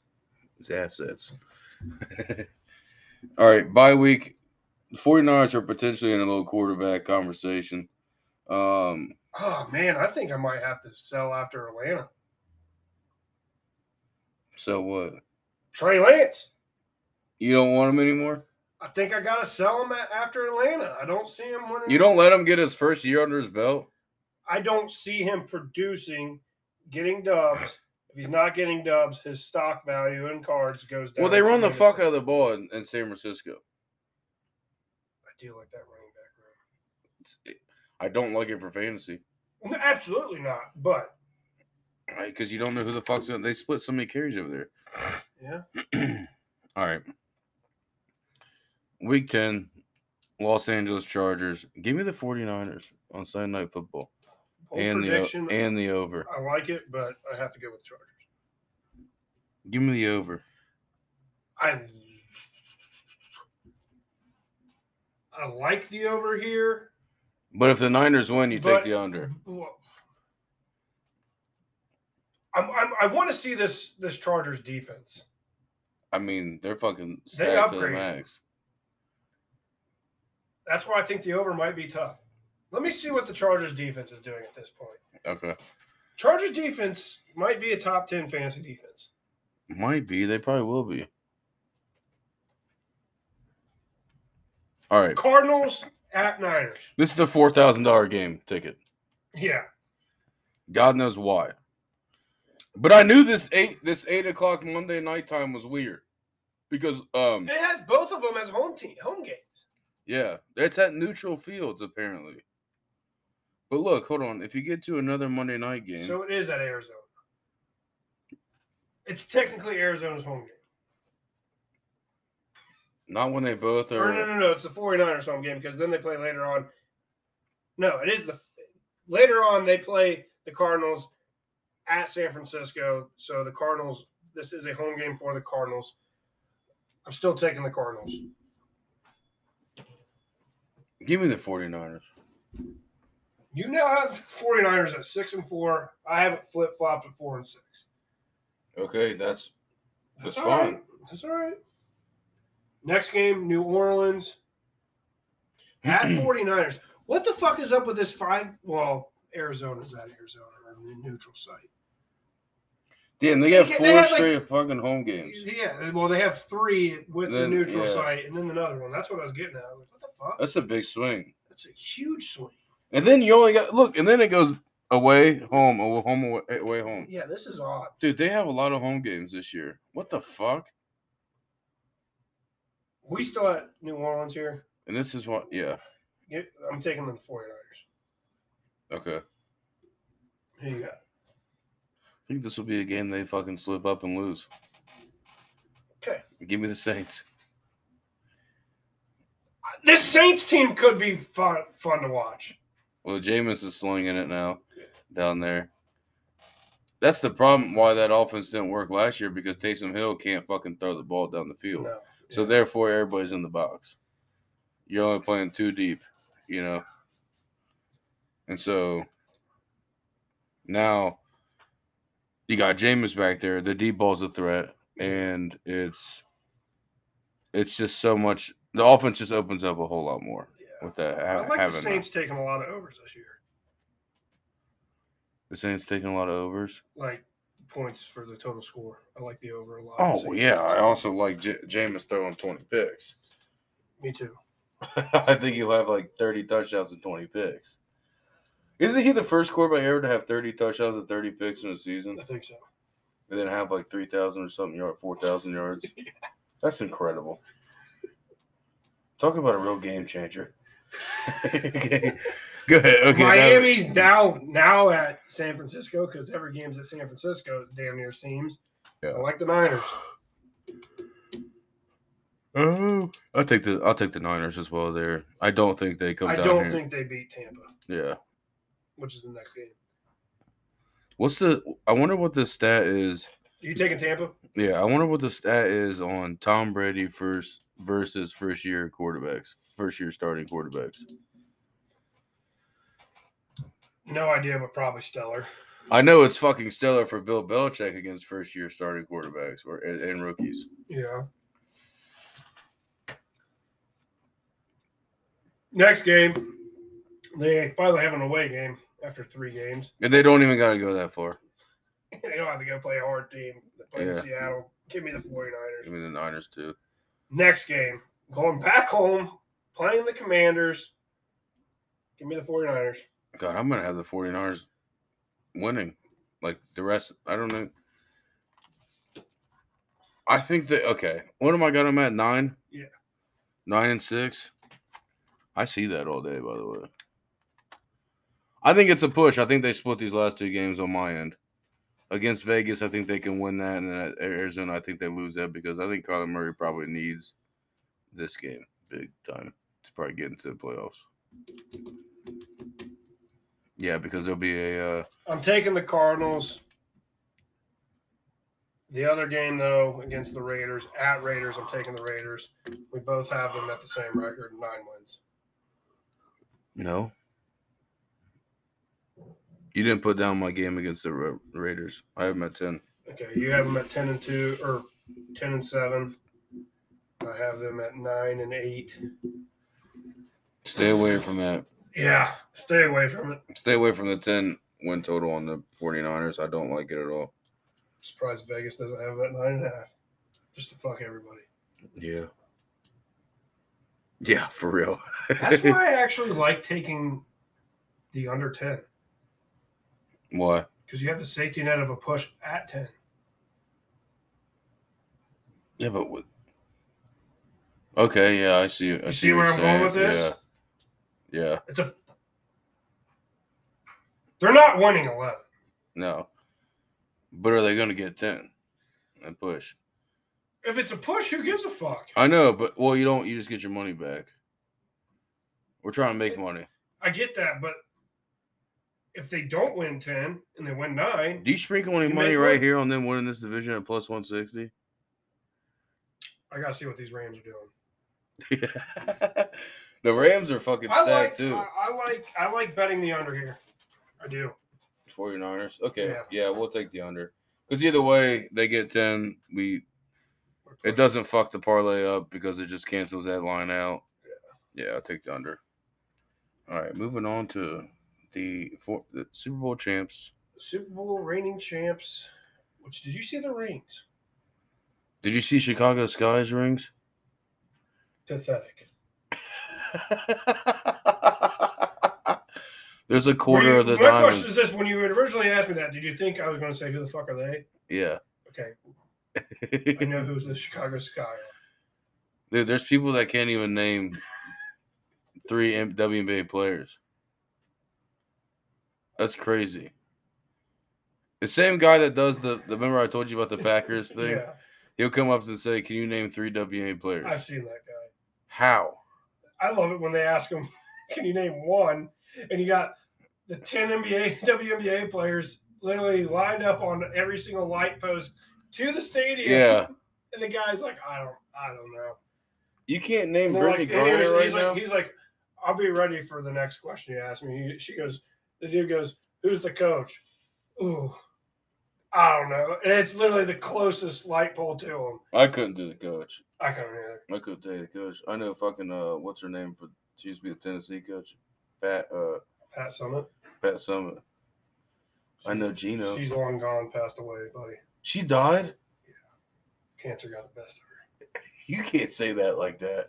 Speaker 1: It's assets. All right, bye week. The 49ers are potentially in a little quarterback conversation. Um,
Speaker 2: Oh man, I think I might have to sell after Atlanta.
Speaker 1: so what?
Speaker 2: Trey Lance.
Speaker 1: You don't want him anymore?
Speaker 2: I think I gotta sell him a- after Atlanta. I don't see him winning.
Speaker 1: You don't let him get his first year under his belt?
Speaker 2: I don't see him producing, getting dubs. If he's not getting dubs, his stock value in cards goes down.
Speaker 1: Well, they run the fuck
Speaker 2: tremendously.
Speaker 1: out of the ball in, in San Francisco.
Speaker 2: I do like that running back room.
Speaker 1: It's- I don't like it for fantasy
Speaker 2: No, absolutely not. But
Speaker 1: because you don't know who the fuck's going to. They split so many carries over there.
Speaker 2: yeah,
Speaker 1: All right. Week 10, Los Angeles Chargers. Give me the 49ers on Sunday Night Football
Speaker 2: bold
Speaker 1: and the,
Speaker 2: prediction.
Speaker 1: o- and the over.
Speaker 2: I like it, but I have to go with the Chargers.
Speaker 1: Give me the over.
Speaker 2: I I like the over here.
Speaker 1: But if the Niners win, you
Speaker 2: But-
Speaker 1: take the under.
Speaker 2: Well, I'm, I'm, I want to see this this Chargers defense.
Speaker 1: I mean, they're fucking stacked to the
Speaker 2: upgraded.
Speaker 1: max.
Speaker 2: That's why I think the over might be tough. Let me see what the Chargers defense is doing at this point.
Speaker 1: Okay.
Speaker 2: Chargers defense might be a top 10 fantasy defense.
Speaker 1: Might be. They probably will be. All right.
Speaker 2: Cardinals at Niners.
Speaker 1: This is the $4,000 game ticket.
Speaker 2: Yeah.
Speaker 1: God knows why. But I knew this eight this eight o'clock Monday night time was weird because um
Speaker 2: It has both of them as home team, home games.
Speaker 1: yeah it's at neutral fields apparently. But look, hold on. If you get to another Monday night game,
Speaker 2: So it is at Arizona. It's technically Arizona's home game.
Speaker 1: not when they both
Speaker 2: Or no,
Speaker 1: are.
Speaker 2: no, no. It's the 49ers home game because then they play later on. No, it is the later on they play the Cardinals at San Francisco. So the Cardinals, this is a home game for the Cardinals. I'm still taking the Cardinals.
Speaker 1: Give me the 49ers.
Speaker 2: You now have 49ers at six and four. I have it flip flopped at four and six.
Speaker 1: Okay, that's That's
Speaker 2: all right.
Speaker 1: fine.
Speaker 2: That's all right. Next game, New Orleans at 49ers. What the fuck is up with this five? Well, Arizona's at Arizona, or the neutral site.
Speaker 1: Damn, they got
Speaker 2: They- they
Speaker 1: four
Speaker 2: had, like-
Speaker 1: straight fucking home games.
Speaker 2: Yeah, well, they have three with
Speaker 1: Then,
Speaker 2: the neutral
Speaker 1: yeah.
Speaker 2: site and then another one. That's what I was getting at. I was like, what the fuck?
Speaker 1: That's a big swing.
Speaker 2: That's a huge swing.
Speaker 1: And then you only got look, and then it goes away, home, aw- home, away, away, home.
Speaker 2: Yeah, this is odd.
Speaker 1: Dude, they have a lot of home games this year. What the fuck?
Speaker 2: We still at New Orleans here.
Speaker 1: And this is what? Yeah.
Speaker 2: Yeah, I'm taking the 49ers.
Speaker 1: Okay.
Speaker 2: Here you go.
Speaker 1: I think this will be a game they fucking slip up and lose.
Speaker 2: Okay.
Speaker 1: Give me the Saints.
Speaker 2: This Saints team could be fun, fun to watch.
Speaker 1: Well, Jameis is slinging it now down there. That's the problem why that offense didn't work last year because Taysom Hill can't fucking throw the ball down the field.
Speaker 2: No.
Speaker 1: So
Speaker 2: Yeah.
Speaker 1: therefore, everybody's in the box. You're only playing two deep, you know. And so now you got Jameis back there. The deep ball's a threat, and it's it's just so much. The offense just opens up a whole lot more
Speaker 2: Yeah.
Speaker 1: with that. ha-
Speaker 2: I like the
Speaker 1: having that.
Speaker 2: Saints taking a lot of overs this year,
Speaker 1: The Saints taking a lot of overs.
Speaker 2: like points for the total score. I like the over a lot.
Speaker 1: Oh
Speaker 2: Saints
Speaker 1: yeah,
Speaker 2: team.
Speaker 1: I also like J- Jameis throwing twenty picks.
Speaker 2: Me too.
Speaker 1: I think he'll have like 30 touchdowns and 20 picks. Isn't he the first quarterback ever to have 30 touchdowns and 30 picks in a season
Speaker 2: I think so.
Speaker 1: and then have like 3,000 or something yard, 4,000 yards? That's incredible. Talk about a real game changer. Go ahead. Okay. now-
Speaker 2: Miami's now now at San Francisco because every game's at San Francisco is damn near seems.
Speaker 1: Yeah.
Speaker 2: I like the Niners.
Speaker 1: Oh, I'll take the I'll take the Niners as well. There, I don't think they come
Speaker 2: I
Speaker 1: down
Speaker 2: don't
Speaker 1: here.
Speaker 2: think they beat Tampa,
Speaker 1: yeah.
Speaker 2: which is the next game.
Speaker 1: What's the? I wonder what the stat is.
Speaker 2: You taking Tampa?
Speaker 1: Yeah, I wonder what the stat is on Tom Brady first versus first year quarterbacks, first year starting quarterbacks.
Speaker 2: No idea, but probably stellar.
Speaker 1: I know it's fucking stellar for Bill Belichick against first year starting quarterbacks or and, and rookies.
Speaker 2: Yeah. Next game, they finally have an away game after three games.
Speaker 1: And they don't even got to go that far.
Speaker 2: they don't have to go play a hard team that played in
Speaker 1: Yeah.
Speaker 2: Seattle. Give me the 49ers.
Speaker 1: I mean, the Niners too.
Speaker 2: Next game, going back home, playing the Commanders. Give me the 49ers.
Speaker 1: God, I'm going to have the 49ers winning. Like the rest, I don't know. I think that, okay. What am I got them at? Nine?
Speaker 2: Yeah.
Speaker 1: Nine and six? I see that all day, by the way. I think it's a push. I think they split these last two games on my end. Against Vegas, I think they can win that. And then at Arizona, I think they lose that because I think Kyler Murray probably needs this game big time to probably get into the playoffs. Yeah, because there'll be a. Uh,
Speaker 2: I'm taking the Cardinals. The other game, though, against the Raiders, at Raiders, I'm taking the Raiders. We both have them at the same record, nine wins.
Speaker 1: no. You didn't put down my game against the Ra- Raiders. I have them at 10.
Speaker 2: Okay, you have them at ten and two or ten and seven. I have them at nine and eight.
Speaker 1: Stay away from that.
Speaker 2: Yeah, stay away from it.
Speaker 1: Stay away from the 10 win total on the 49ers. I don't like it at all.
Speaker 2: Surprised Vegas doesn't have that nine and a half. Just to fuck everybody.
Speaker 1: Yeah. Yeah, for real.
Speaker 2: That's why I actually like taking the under ten
Speaker 1: Why?
Speaker 2: because you have the safety net of a push at ten.
Speaker 1: Yeah, but what? Okay, yeah, I see. I
Speaker 2: You see where
Speaker 1: what
Speaker 2: I'm
Speaker 1: you're
Speaker 2: going with
Speaker 1: saying.
Speaker 2: this?
Speaker 1: Yeah. Yeah.
Speaker 2: It's a. They're not winning eleven.
Speaker 1: No. But are they going to get 10 and push?
Speaker 2: If it's a push, who gives a fuck?
Speaker 1: I know, but well, you don't. You just get your money back. We're trying to make money.
Speaker 2: I get that, but if they don't win ten and they win nine,
Speaker 1: Do you sprinkle any
Speaker 2: You
Speaker 1: money
Speaker 2: make
Speaker 1: right
Speaker 2: what?
Speaker 1: here on them winning this division at plus one sixty?
Speaker 2: I gotta see what these Rams are doing.
Speaker 1: the Rams are fucking
Speaker 2: I
Speaker 1: stacked
Speaker 2: like, uh,
Speaker 1: too.
Speaker 2: I, I like, I like betting the under here. I do.
Speaker 1: 49ers. Okay,
Speaker 2: Yeah.
Speaker 1: yeah, we'll take the under because either way they get ten. We It doesn't fuck the parlay up because it just cancels that line out. Yeah, I'll take the under. All right, moving on to the, four, the Super Bowl champs.
Speaker 2: Super Bowl reigning champs. Which did you see the rings?
Speaker 1: Did you see Chicago Sky's rings?
Speaker 2: Pathetic.
Speaker 1: There's a quarter
Speaker 2: Were you-
Speaker 1: of the
Speaker 2: my question
Speaker 1: diamonds.
Speaker 2: is this: When you originally asked me that, did you think I was going to say who the fuck are they?
Speaker 1: yeah.
Speaker 2: Okay, I know who the Chicago Sky are.
Speaker 1: Dude, there's people that can't even name three M- WNBA players. That's crazy. The same guy that does the, the remember I told you about the Packers thing,
Speaker 2: Yeah,
Speaker 1: he'll come up and say, "Can you name three WNBA players?"
Speaker 2: I've seen that guy.
Speaker 1: How?
Speaker 2: I love it when they ask him, "Can you name one?" And you got the ten NBA WNBA players literally lined up on every single light post to the stadium.
Speaker 1: Yeah,
Speaker 2: and the guy's like, "I don't, I don't know."
Speaker 1: you can't name
Speaker 2: They're
Speaker 1: Brittany
Speaker 2: like- and
Speaker 1: Griner
Speaker 2: he's,
Speaker 1: right
Speaker 2: he's
Speaker 1: now.
Speaker 2: like, he's like, I'll be ready for the next question you ask me. He, she goes, the dude goes, who's the coach? Ooh, I don't know. And it's literally the closest light pole to him.
Speaker 1: I couldn't do the coach.
Speaker 2: I can't remember.
Speaker 1: I couldn't tell you the coach. I know fucking uh, what's her name for? She used to be a Tennessee coach, Pat uh
Speaker 2: Pat Summit.
Speaker 1: Pat Summit. I know Gino.
Speaker 2: She's long gone, passed away, buddy.
Speaker 1: She died.
Speaker 2: Cancer got the best of
Speaker 1: You can't say that like that.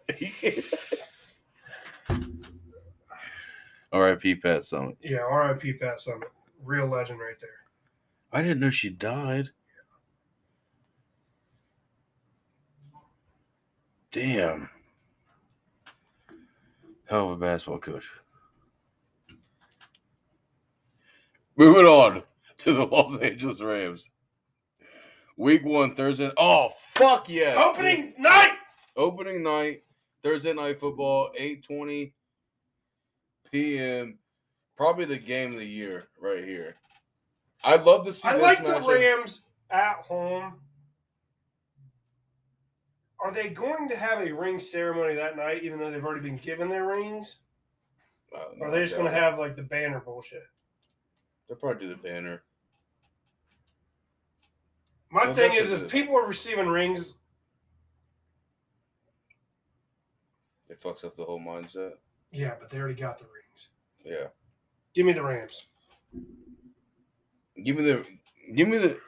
Speaker 1: R.I.P. Pat Summit.
Speaker 2: her. Yeah, R.I.P. Pat Summit. Real legend right there.
Speaker 1: I didn't know she died. Damn. Hell of a basketball coach. Moving on to the Los Angeles Rams. Week one, Thursday. Oh, fuck yes. dude.
Speaker 2: Opening night.
Speaker 1: opening night, Thursday night football, 8:20 p.m. Probably the game of the year right here. I'd love to see
Speaker 2: I
Speaker 1: this
Speaker 2: like the
Speaker 1: matchup.
Speaker 2: Rams at home. Are they going to have a ring ceremony that night, even though they've already been given their rings?
Speaker 1: I don't know,
Speaker 2: Or are they just
Speaker 1: I
Speaker 2: going to
Speaker 1: Uh, doubt it.
Speaker 2: have like the banner bullshit?
Speaker 1: They'll probably do the banner.
Speaker 2: My
Speaker 1: They'll
Speaker 2: thing is,
Speaker 1: definitely
Speaker 2: if
Speaker 1: do it.
Speaker 2: people are receiving rings,
Speaker 1: It fucks up the whole mindset.
Speaker 2: yeah, but they already got the rings.
Speaker 1: Yeah.
Speaker 2: Give me the Rams.
Speaker 1: Give me the give me the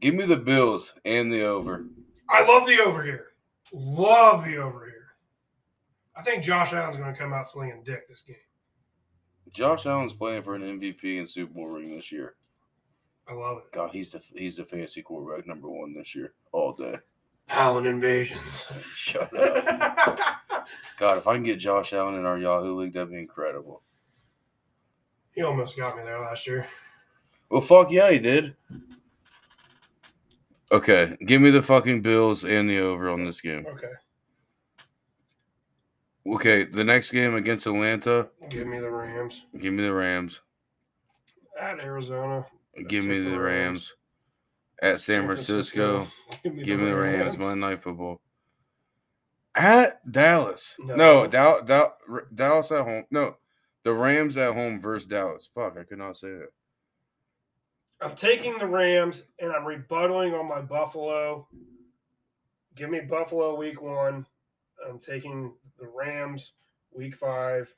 Speaker 1: give me the Bills and the over.
Speaker 2: I love the over here. Love the over here. I think Josh Allen's going to come out slinging dick this game.
Speaker 1: Josh Allen's playing for an MVP and Super Bowl ring this year.
Speaker 2: I love it.
Speaker 1: God, he's the he's the fancy quarterback number one this year all day.
Speaker 2: Allen invasions.
Speaker 1: Shut up.
Speaker 2: he
Speaker 1: God, if I can get Josh Allen in our Yahoo League, that'd be incredible.
Speaker 2: almost got me there last year.
Speaker 1: Well, fuck yeah, he did. Okay, give me the fucking Bills and the over on this game.
Speaker 2: Okay.
Speaker 1: Okay, the next game against Atlanta,
Speaker 2: Give me the Rams.
Speaker 1: give me the Rams.
Speaker 2: At Arizona.
Speaker 1: Give me
Speaker 2: Take the
Speaker 1: the
Speaker 2: Rams.
Speaker 1: Rams. At San Francisco,
Speaker 2: Give me
Speaker 1: give me the Rams.
Speaker 2: man.
Speaker 1: Monday Night Football. At Dallas.
Speaker 2: No.
Speaker 1: No, Dow Dow- R- Dallas at home. No, the Rams at home versus Dallas. Fuck, I could not say that.
Speaker 2: I'm taking the Rams and I'm rebuttaling on my Buffalo. Give me Buffalo week one. I'm taking the Rams week five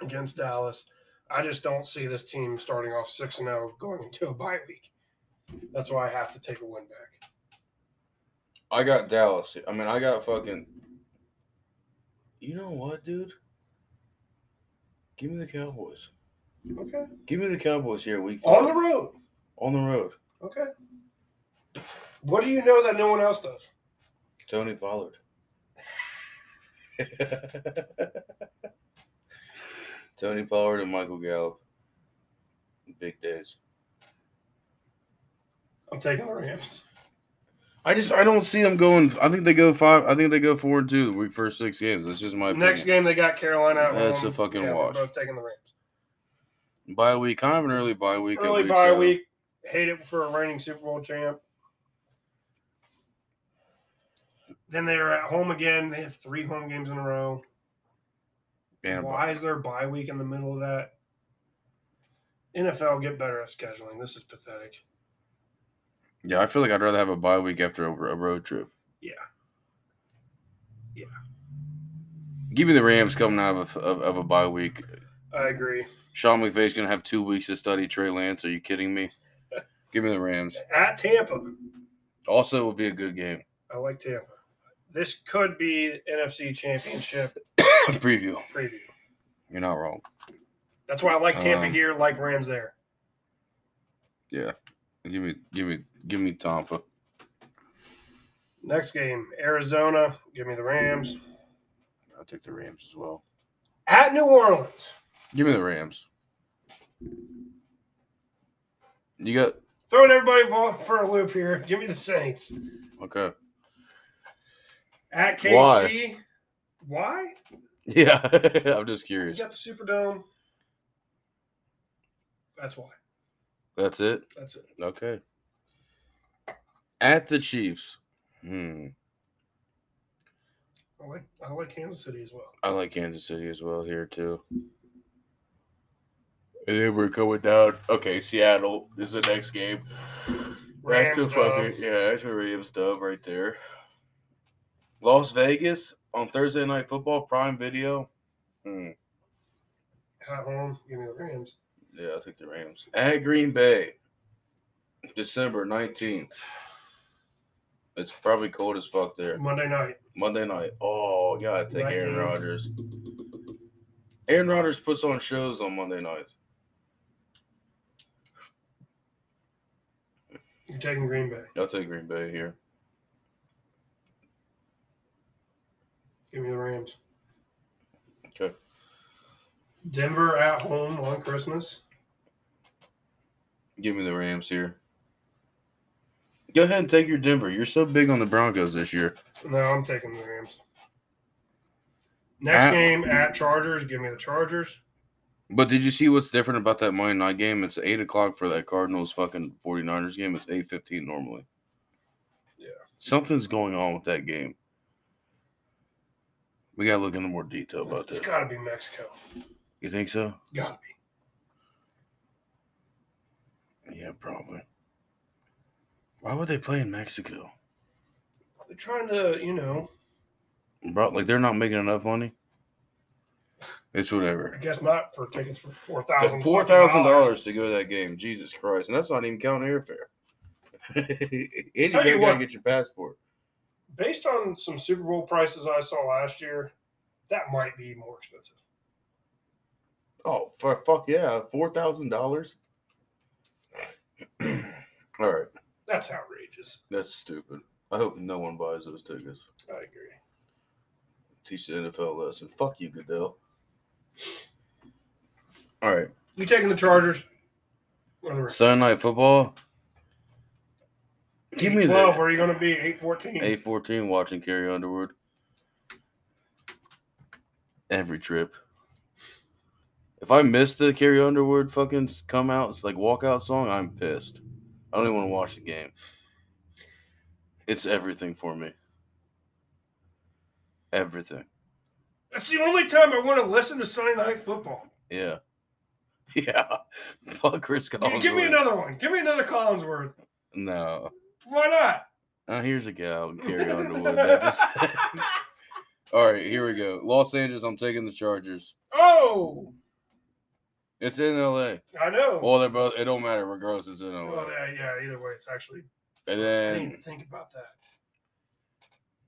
Speaker 2: against Dallas. I just don't see this team starting off 6 and 0 going into a bye week. That's why I have to take a win back.
Speaker 1: I got Dallas. I mean, I got fucking. You know what, dude? Give me the Cowboys.
Speaker 2: Okay.
Speaker 1: Give me the Cowboys here week
Speaker 2: On the
Speaker 1: five.
Speaker 2: road.
Speaker 1: on the road.
Speaker 2: Okay. What do you know that no one else does?
Speaker 1: Tony Pollard. Tony Pollard and Michael Gallup. Big days.
Speaker 2: I'm taking the Rams.
Speaker 1: I just I don't see them going. I think they go five. I think they go four and two the week first six games. That's just my opinion.
Speaker 2: Next game they got Carolina. at
Speaker 1: That's
Speaker 2: home.
Speaker 1: a fucking
Speaker 2: yeah,
Speaker 1: wash.
Speaker 2: We're both taking the Rams.
Speaker 1: bye week, kind of an early bye week. at
Speaker 2: Early
Speaker 1: least,
Speaker 2: bye
Speaker 1: so-
Speaker 2: week. Hate it for a reigning Super Bowl champ. Then they are at home again. They have three home games in a row.
Speaker 1: and a bye.
Speaker 2: Why is there a bye week in the middle of that? NFL get better at scheduling. This is pathetic.
Speaker 1: Yeah, I feel like I'd rather have a bye week after a, a road trip.
Speaker 2: Yeah. Yeah.
Speaker 1: Give me the Rams coming out of a, of, of a bye week.
Speaker 2: I agree.
Speaker 1: Sean McVay's gonna have two weeks to study Trey Lance. Are you kidding me? Give me the Rams.
Speaker 2: At Tampa,
Speaker 1: Also, would be a good game
Speaker 2: I like Tampa. This could be NFC Championship
Speaker 1: preview.
Speaker 2: preview.
Speaker 1: You're not wrong.
Speaker 2: That's why I like Tampa
Speaker 1: Um,
Speaker 2: here, like Rams there.
Speaker 1: Give me, give me, give me Tampa.
Speaker 2: Next game, Arizona. Give me the Rams.
Speaker 1: I'll take the Rams as well.
Speaker 2: At New Orleans.
Speaker 1: Give me the Rams. You got
Speaker 2: Throwing everybody for- for a loop here. Give me the Saints.
Speaker 1: okay.
Speaker 2: At KC.
Speaker 1: Why?
Speaker 2: Why?
Speaker 1: Yeah, I'm just
Speaker 2: You
Speaker 1: curious.
Speaker 2: got the Superdome. That's why.
Speaker 1: That's it.
Speaker 2: That's it.
Speaker 1: Okay. At the Chiefs. Hmm.
Speaker 2: I like I like Kansas City as well.
Speaker 1: I like Kansas City as well here too. And then we're going down. Okay, Seattle. This is the next game. That's a
Speaker 2: Rams,
Speaker 1: fucking
Speaker 2: dog.
Speaker 1: yeah, that's a Rams dub right there. Las Vegas on Thursday night football prime video. Hmm.
Speaker 2: um, At home. Give me the Rams.
Speaker 1: Yeah, I'll take the Rams. At Green Bay, December 19th. It's probably cold as fuck there.
Speaker 2: Monday night.
Speaker 1: Monday night. Oh, God, take
Speaker 2: Right
Speaker 1: Aaron
Speaker 2: now.
Speaker 1: Rodgers. Aaron Rodgers puts on shows on Monday night.
Speaker 2: You're taking Green Bay.
Speaker 1: I'll take Green Bay here.
Speaker 2: Give me the Rams.
Speaker 1: Okay.
Speaker 2: Denver at home on Christmas.
Speaker 1: Give me the Rams here. Go ahead and take your Denver. You're so big on the Broncos this year.
Speaker 2: No, I'm taking the Rams. Next
Speaker 1: At-
Speaker 2: game at Chargers. Give me the Chargers.
Speaker 1: But did you see what's different about that Monday night game? It's 8 o'clock for that Cardinals fucking 49ers game. It's 8.15 normally.
Speaker 2: Yeah.
Speaker 1: Something's going on with that game. We got to look into more detail about
Speaker 2: It's
Speaker 1: that.
Speaker 2: got to be Mexico.
Speaker 1: You think so?
Speaker 2: Got to be.
Speaker 1: Yeah, probably. Why would they play in Mexico?
Speaker 2: They're trying to, you know,
Speaker 1: Bro, like they're not making enough money. It's
Speaker 2: I
Speaker 1: whatever.
Speaker 2: guess not for tickets for four
Speaker 1: The
Speaker 2: thousand.
Speaker 1: Four thousand dollars to go to that game, Jesus Christ, and that's not even counting airfare. and you
Speaker 2: Tell you
Speaker 1: gotta gotta
Speaker 2: what.
Speaker 1: get your passport.
Speaker 2: Based on some Super Bowl prices I saw last year, that might be more expensive.
Speaker 1: Oh fuck, fuck yeah, four thousand dollars. All right,
Speaker 2: That's outrageous.
Speaker 1: that's stupid. I hope no one buys those tickets.
Speaker 2: I agree.
Speaker 1: Teach the NFL a lesson. Fuck you, Goodell. All right.
Speaker 2: You taking the Chargers? Or the Rams?
Speaker 1: Sunday night football. Give me
Speaker 2: twelve.
Speaker 1: the
Speaker 2: Where are you going to be? Eight fourteen.
Speaker 1: A fourteen watching Carrie Underwood. Every trip. If I miss the Carrie Underwood fucking s- come out, it's like walkout song, I'm pissed. I don't even want to watch the game. It's everything for me. Everything.
Speaker 2: That's the only time I want to listen to Sunday Night Football.
Speaker 1: Yeah. Yeah. Fuck Chris
Speaker 2: Dude,
Speaker 1: Collins.
Speaker 2: give me another one. Give me another Collinsworth.
Speaker 1: No.
Speaker 2: Why not?
Speaker 1: Uh, here's a gal, Carrie Underwood. That just- All right, here we go. Los Angeles, I'm taking the Chargers.
Speaker 2: oh,
Speaker 1: It's in LA.
Speaker 2: I know.
Speaker 1: Well, they're both. It don't matter. Regardless, it's in LA.
Speaker 2: Well, yeah, yeah, either way, it's actually.
Speaker 1: And
Speaker 2: I didn't
Speaker 1: then
Speaker 2: even think about that.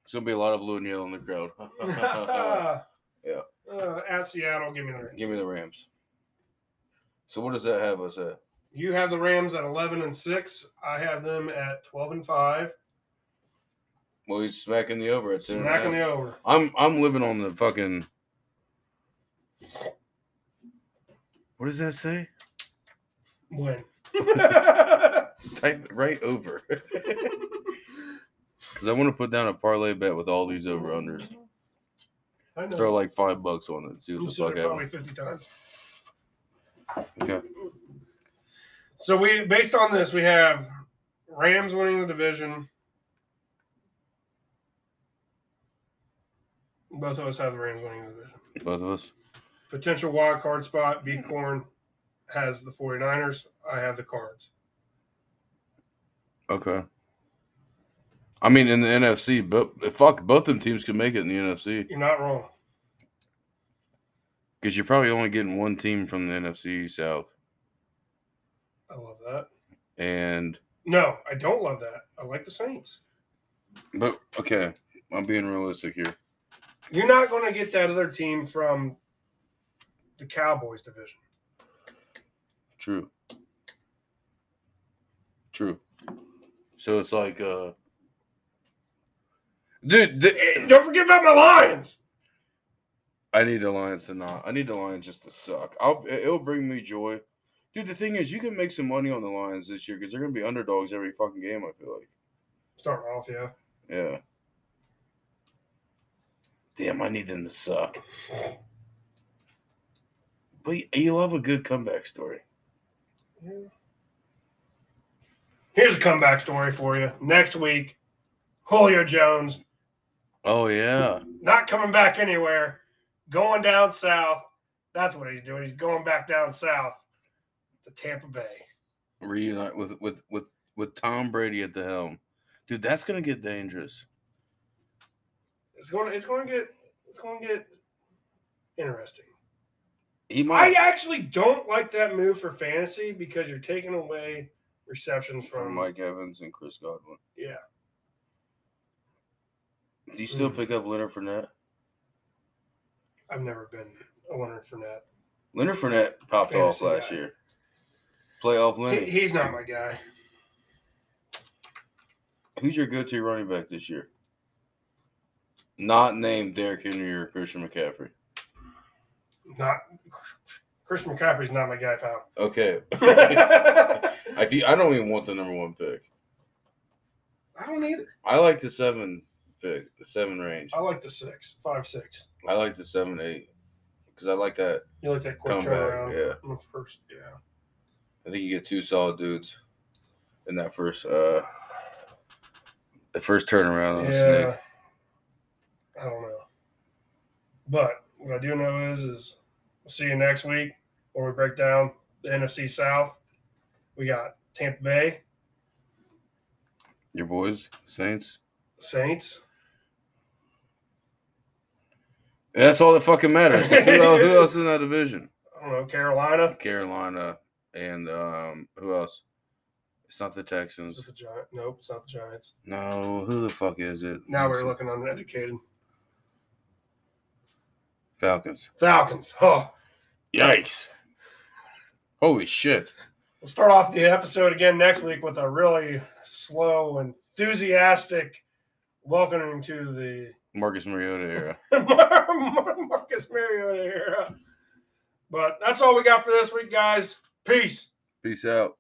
Speaker 1: it's gonna be a lot of blue and yellow in the crowd. Yeah.
Speaker 2: Uh, at Seattle, give me the Rams.
Speaker 1: Give me the Rams. So what does that have us at?
Speaker 2: You have the Rams at eleven and six. I have them at twelve and five.
Speaker 1: Well, he's smacking the over at ten. and a
Speaker 2: Smacking
Speaker 1: half.
Speaker 2: the over.
Speaker 1: I'm I'm living on the fucking. What does that say?
Speaker 2: Win.
Speaker 1: Type right over. Because I want to put down a parlay bet with all these over unders.
Speaker 2: I know.
Speaker 1: Throw like five bucks on it. and See
Speaker 2: You
Speaker 1: what the
Speaker 2: said
Speaker 1: fuck
Speaker 2: it
Speaker 1: happens.
Speaker 2: probably fifty times.
Speaker 1: Okay.
Speaker 2: So we, based on this, we have Rams winning the division. Both of us have the Rams winning the division.
Speaker 1: Both of us.
Speaker 2: Potential wild card spot, B Corn has the 49ers. I have the Cards.
Speaker 1: Okay. I mean, in the NFC, but fuck, both them teams can make it in the NFC
Speaker 2: You're not wrong.
Speaker 1: because you're probably only getting one team from the NFC South,
Speaker 2: I love that.
Speaker 1: and
Speaker 2: No, I don't love that. I like the Saints.
Speaker 1: but okay, I'm being realistic here.
Speaker 2: You're not going to get that other team from the Cowboys division.
Speaker 1: True. True. So it's like, uh, dude,
Speaker 2: And
Speaker 1: the,
Speaker 2: Eh, don't forget about my Lions.
Speaker 1: I need the Lions to not. I need the Lions just to suck. I'll, it- it'll bring me joy, dude. The thing is, you can make some money on the Lions this year because they're gonna be underdogs every fucking game. I feel like,
Speaker 2: Starting off, yeah.
Speaker 1: yeah. Damn, I need them to suck. But you- you love a good comeback story.
Speaker 2: Here's a comeback story for you. Next week, Julio Jones
Speaker 1: Oh yeah.
Speaker 2: not coming back anywhere, going down south. That's what he's doing. He's going back down south to Tampa Bay.
Speaker 1: reunite with with with with Tom Brady at the helm, dude. That's gonna get dangerous.
Speaker 2: It's going. It's going to get. It's going to get interesting.
Speaker 1: He
Speaker 2: I
Speaker 1: might.
Speaker 2: actually don't like that move for fantasy because you're taking away receptions
Speaker 1: from
Speaker 2: from.
Speaker 1: Mike Evans and Chris Godwin.
Speaker 2: Yeah.
Speaker 1: Do you still
Speaker 2: Mm.
Speaker 1: pick up Leonard Fournette?
Speaker 2: I've never been a Leonard Fournette.
Speaker 1: Leonard Fournette popped
Speaker 2: Fantasy
Speaker 1: off last
Speaker 2: guy.
Speaker 1: year. Playoff
Speaker 2: He,
Speaker 1: Lenny.
Speaker 2: he's not my guy.
Speaker 1: Who's your go-to running back this year? Not named Derrick Henry or Christian McCaffrey.
Speaker 2: Not Chris McCaffrey's not my guy, pal.
Speaker 1: Okay,
Speaker 2: I
Speaker 1: I, fe- I don't even want the number one pick.
Speaker 2: don't either.
Speaker 1: I like the seven pick, the seven range.
Speaker 2: I like the six, five, six.
Speaker 1: I like the seven eight because I like that.
Speaker 2: You like that quick
Speaker 1: Come back,
Speaker 2: turnaround?
Speaker 1: yeah.
Speaker 2: on the first, yeah.
Speaker 1: I think you get two solid dudes in that first uh the first turnaround on the
Speaker 2: Yeah.
Speaker 1: Oh, snake.
Speaker 2: I don't know. But what I do know is, is we'll see you next week when we break down the NFC South. We got Tampa Bay
Speaker 1: Your boys, Saints.
Speaker 2: Saints.
Speaker 1: And that's all that fucking matters. 'cause Who, else, who else is in that division?
Speaker 2: I don't know Carolina.
Speaker 1: Carolina and um who else? It's not the
Speaker 2: Is
Speaker 1: Texans.
Speaker 2: it the Giants? Nope, it's not the Giants.
Speaker 1: No, who the fuck is it?
Speaker 2: Now
Speaker 1: It's
Speaker 2: we're
Speaker 1: the
Speaker 2: looking uneducated.
Speaker 1: Falcons.
Speaker 2: Falcons. Huh.
Speaker 1: Yikes. Holy shit.
Speaker 2: We'll start off the episode again next week with a really slow, enthusiastic welcoming to the
Speaker 1: Marcus Mariota era.
Speaker 2: Marcus Mariota era. But that's all we got for this week, guys. Peace.
Speaker 1: Peace out.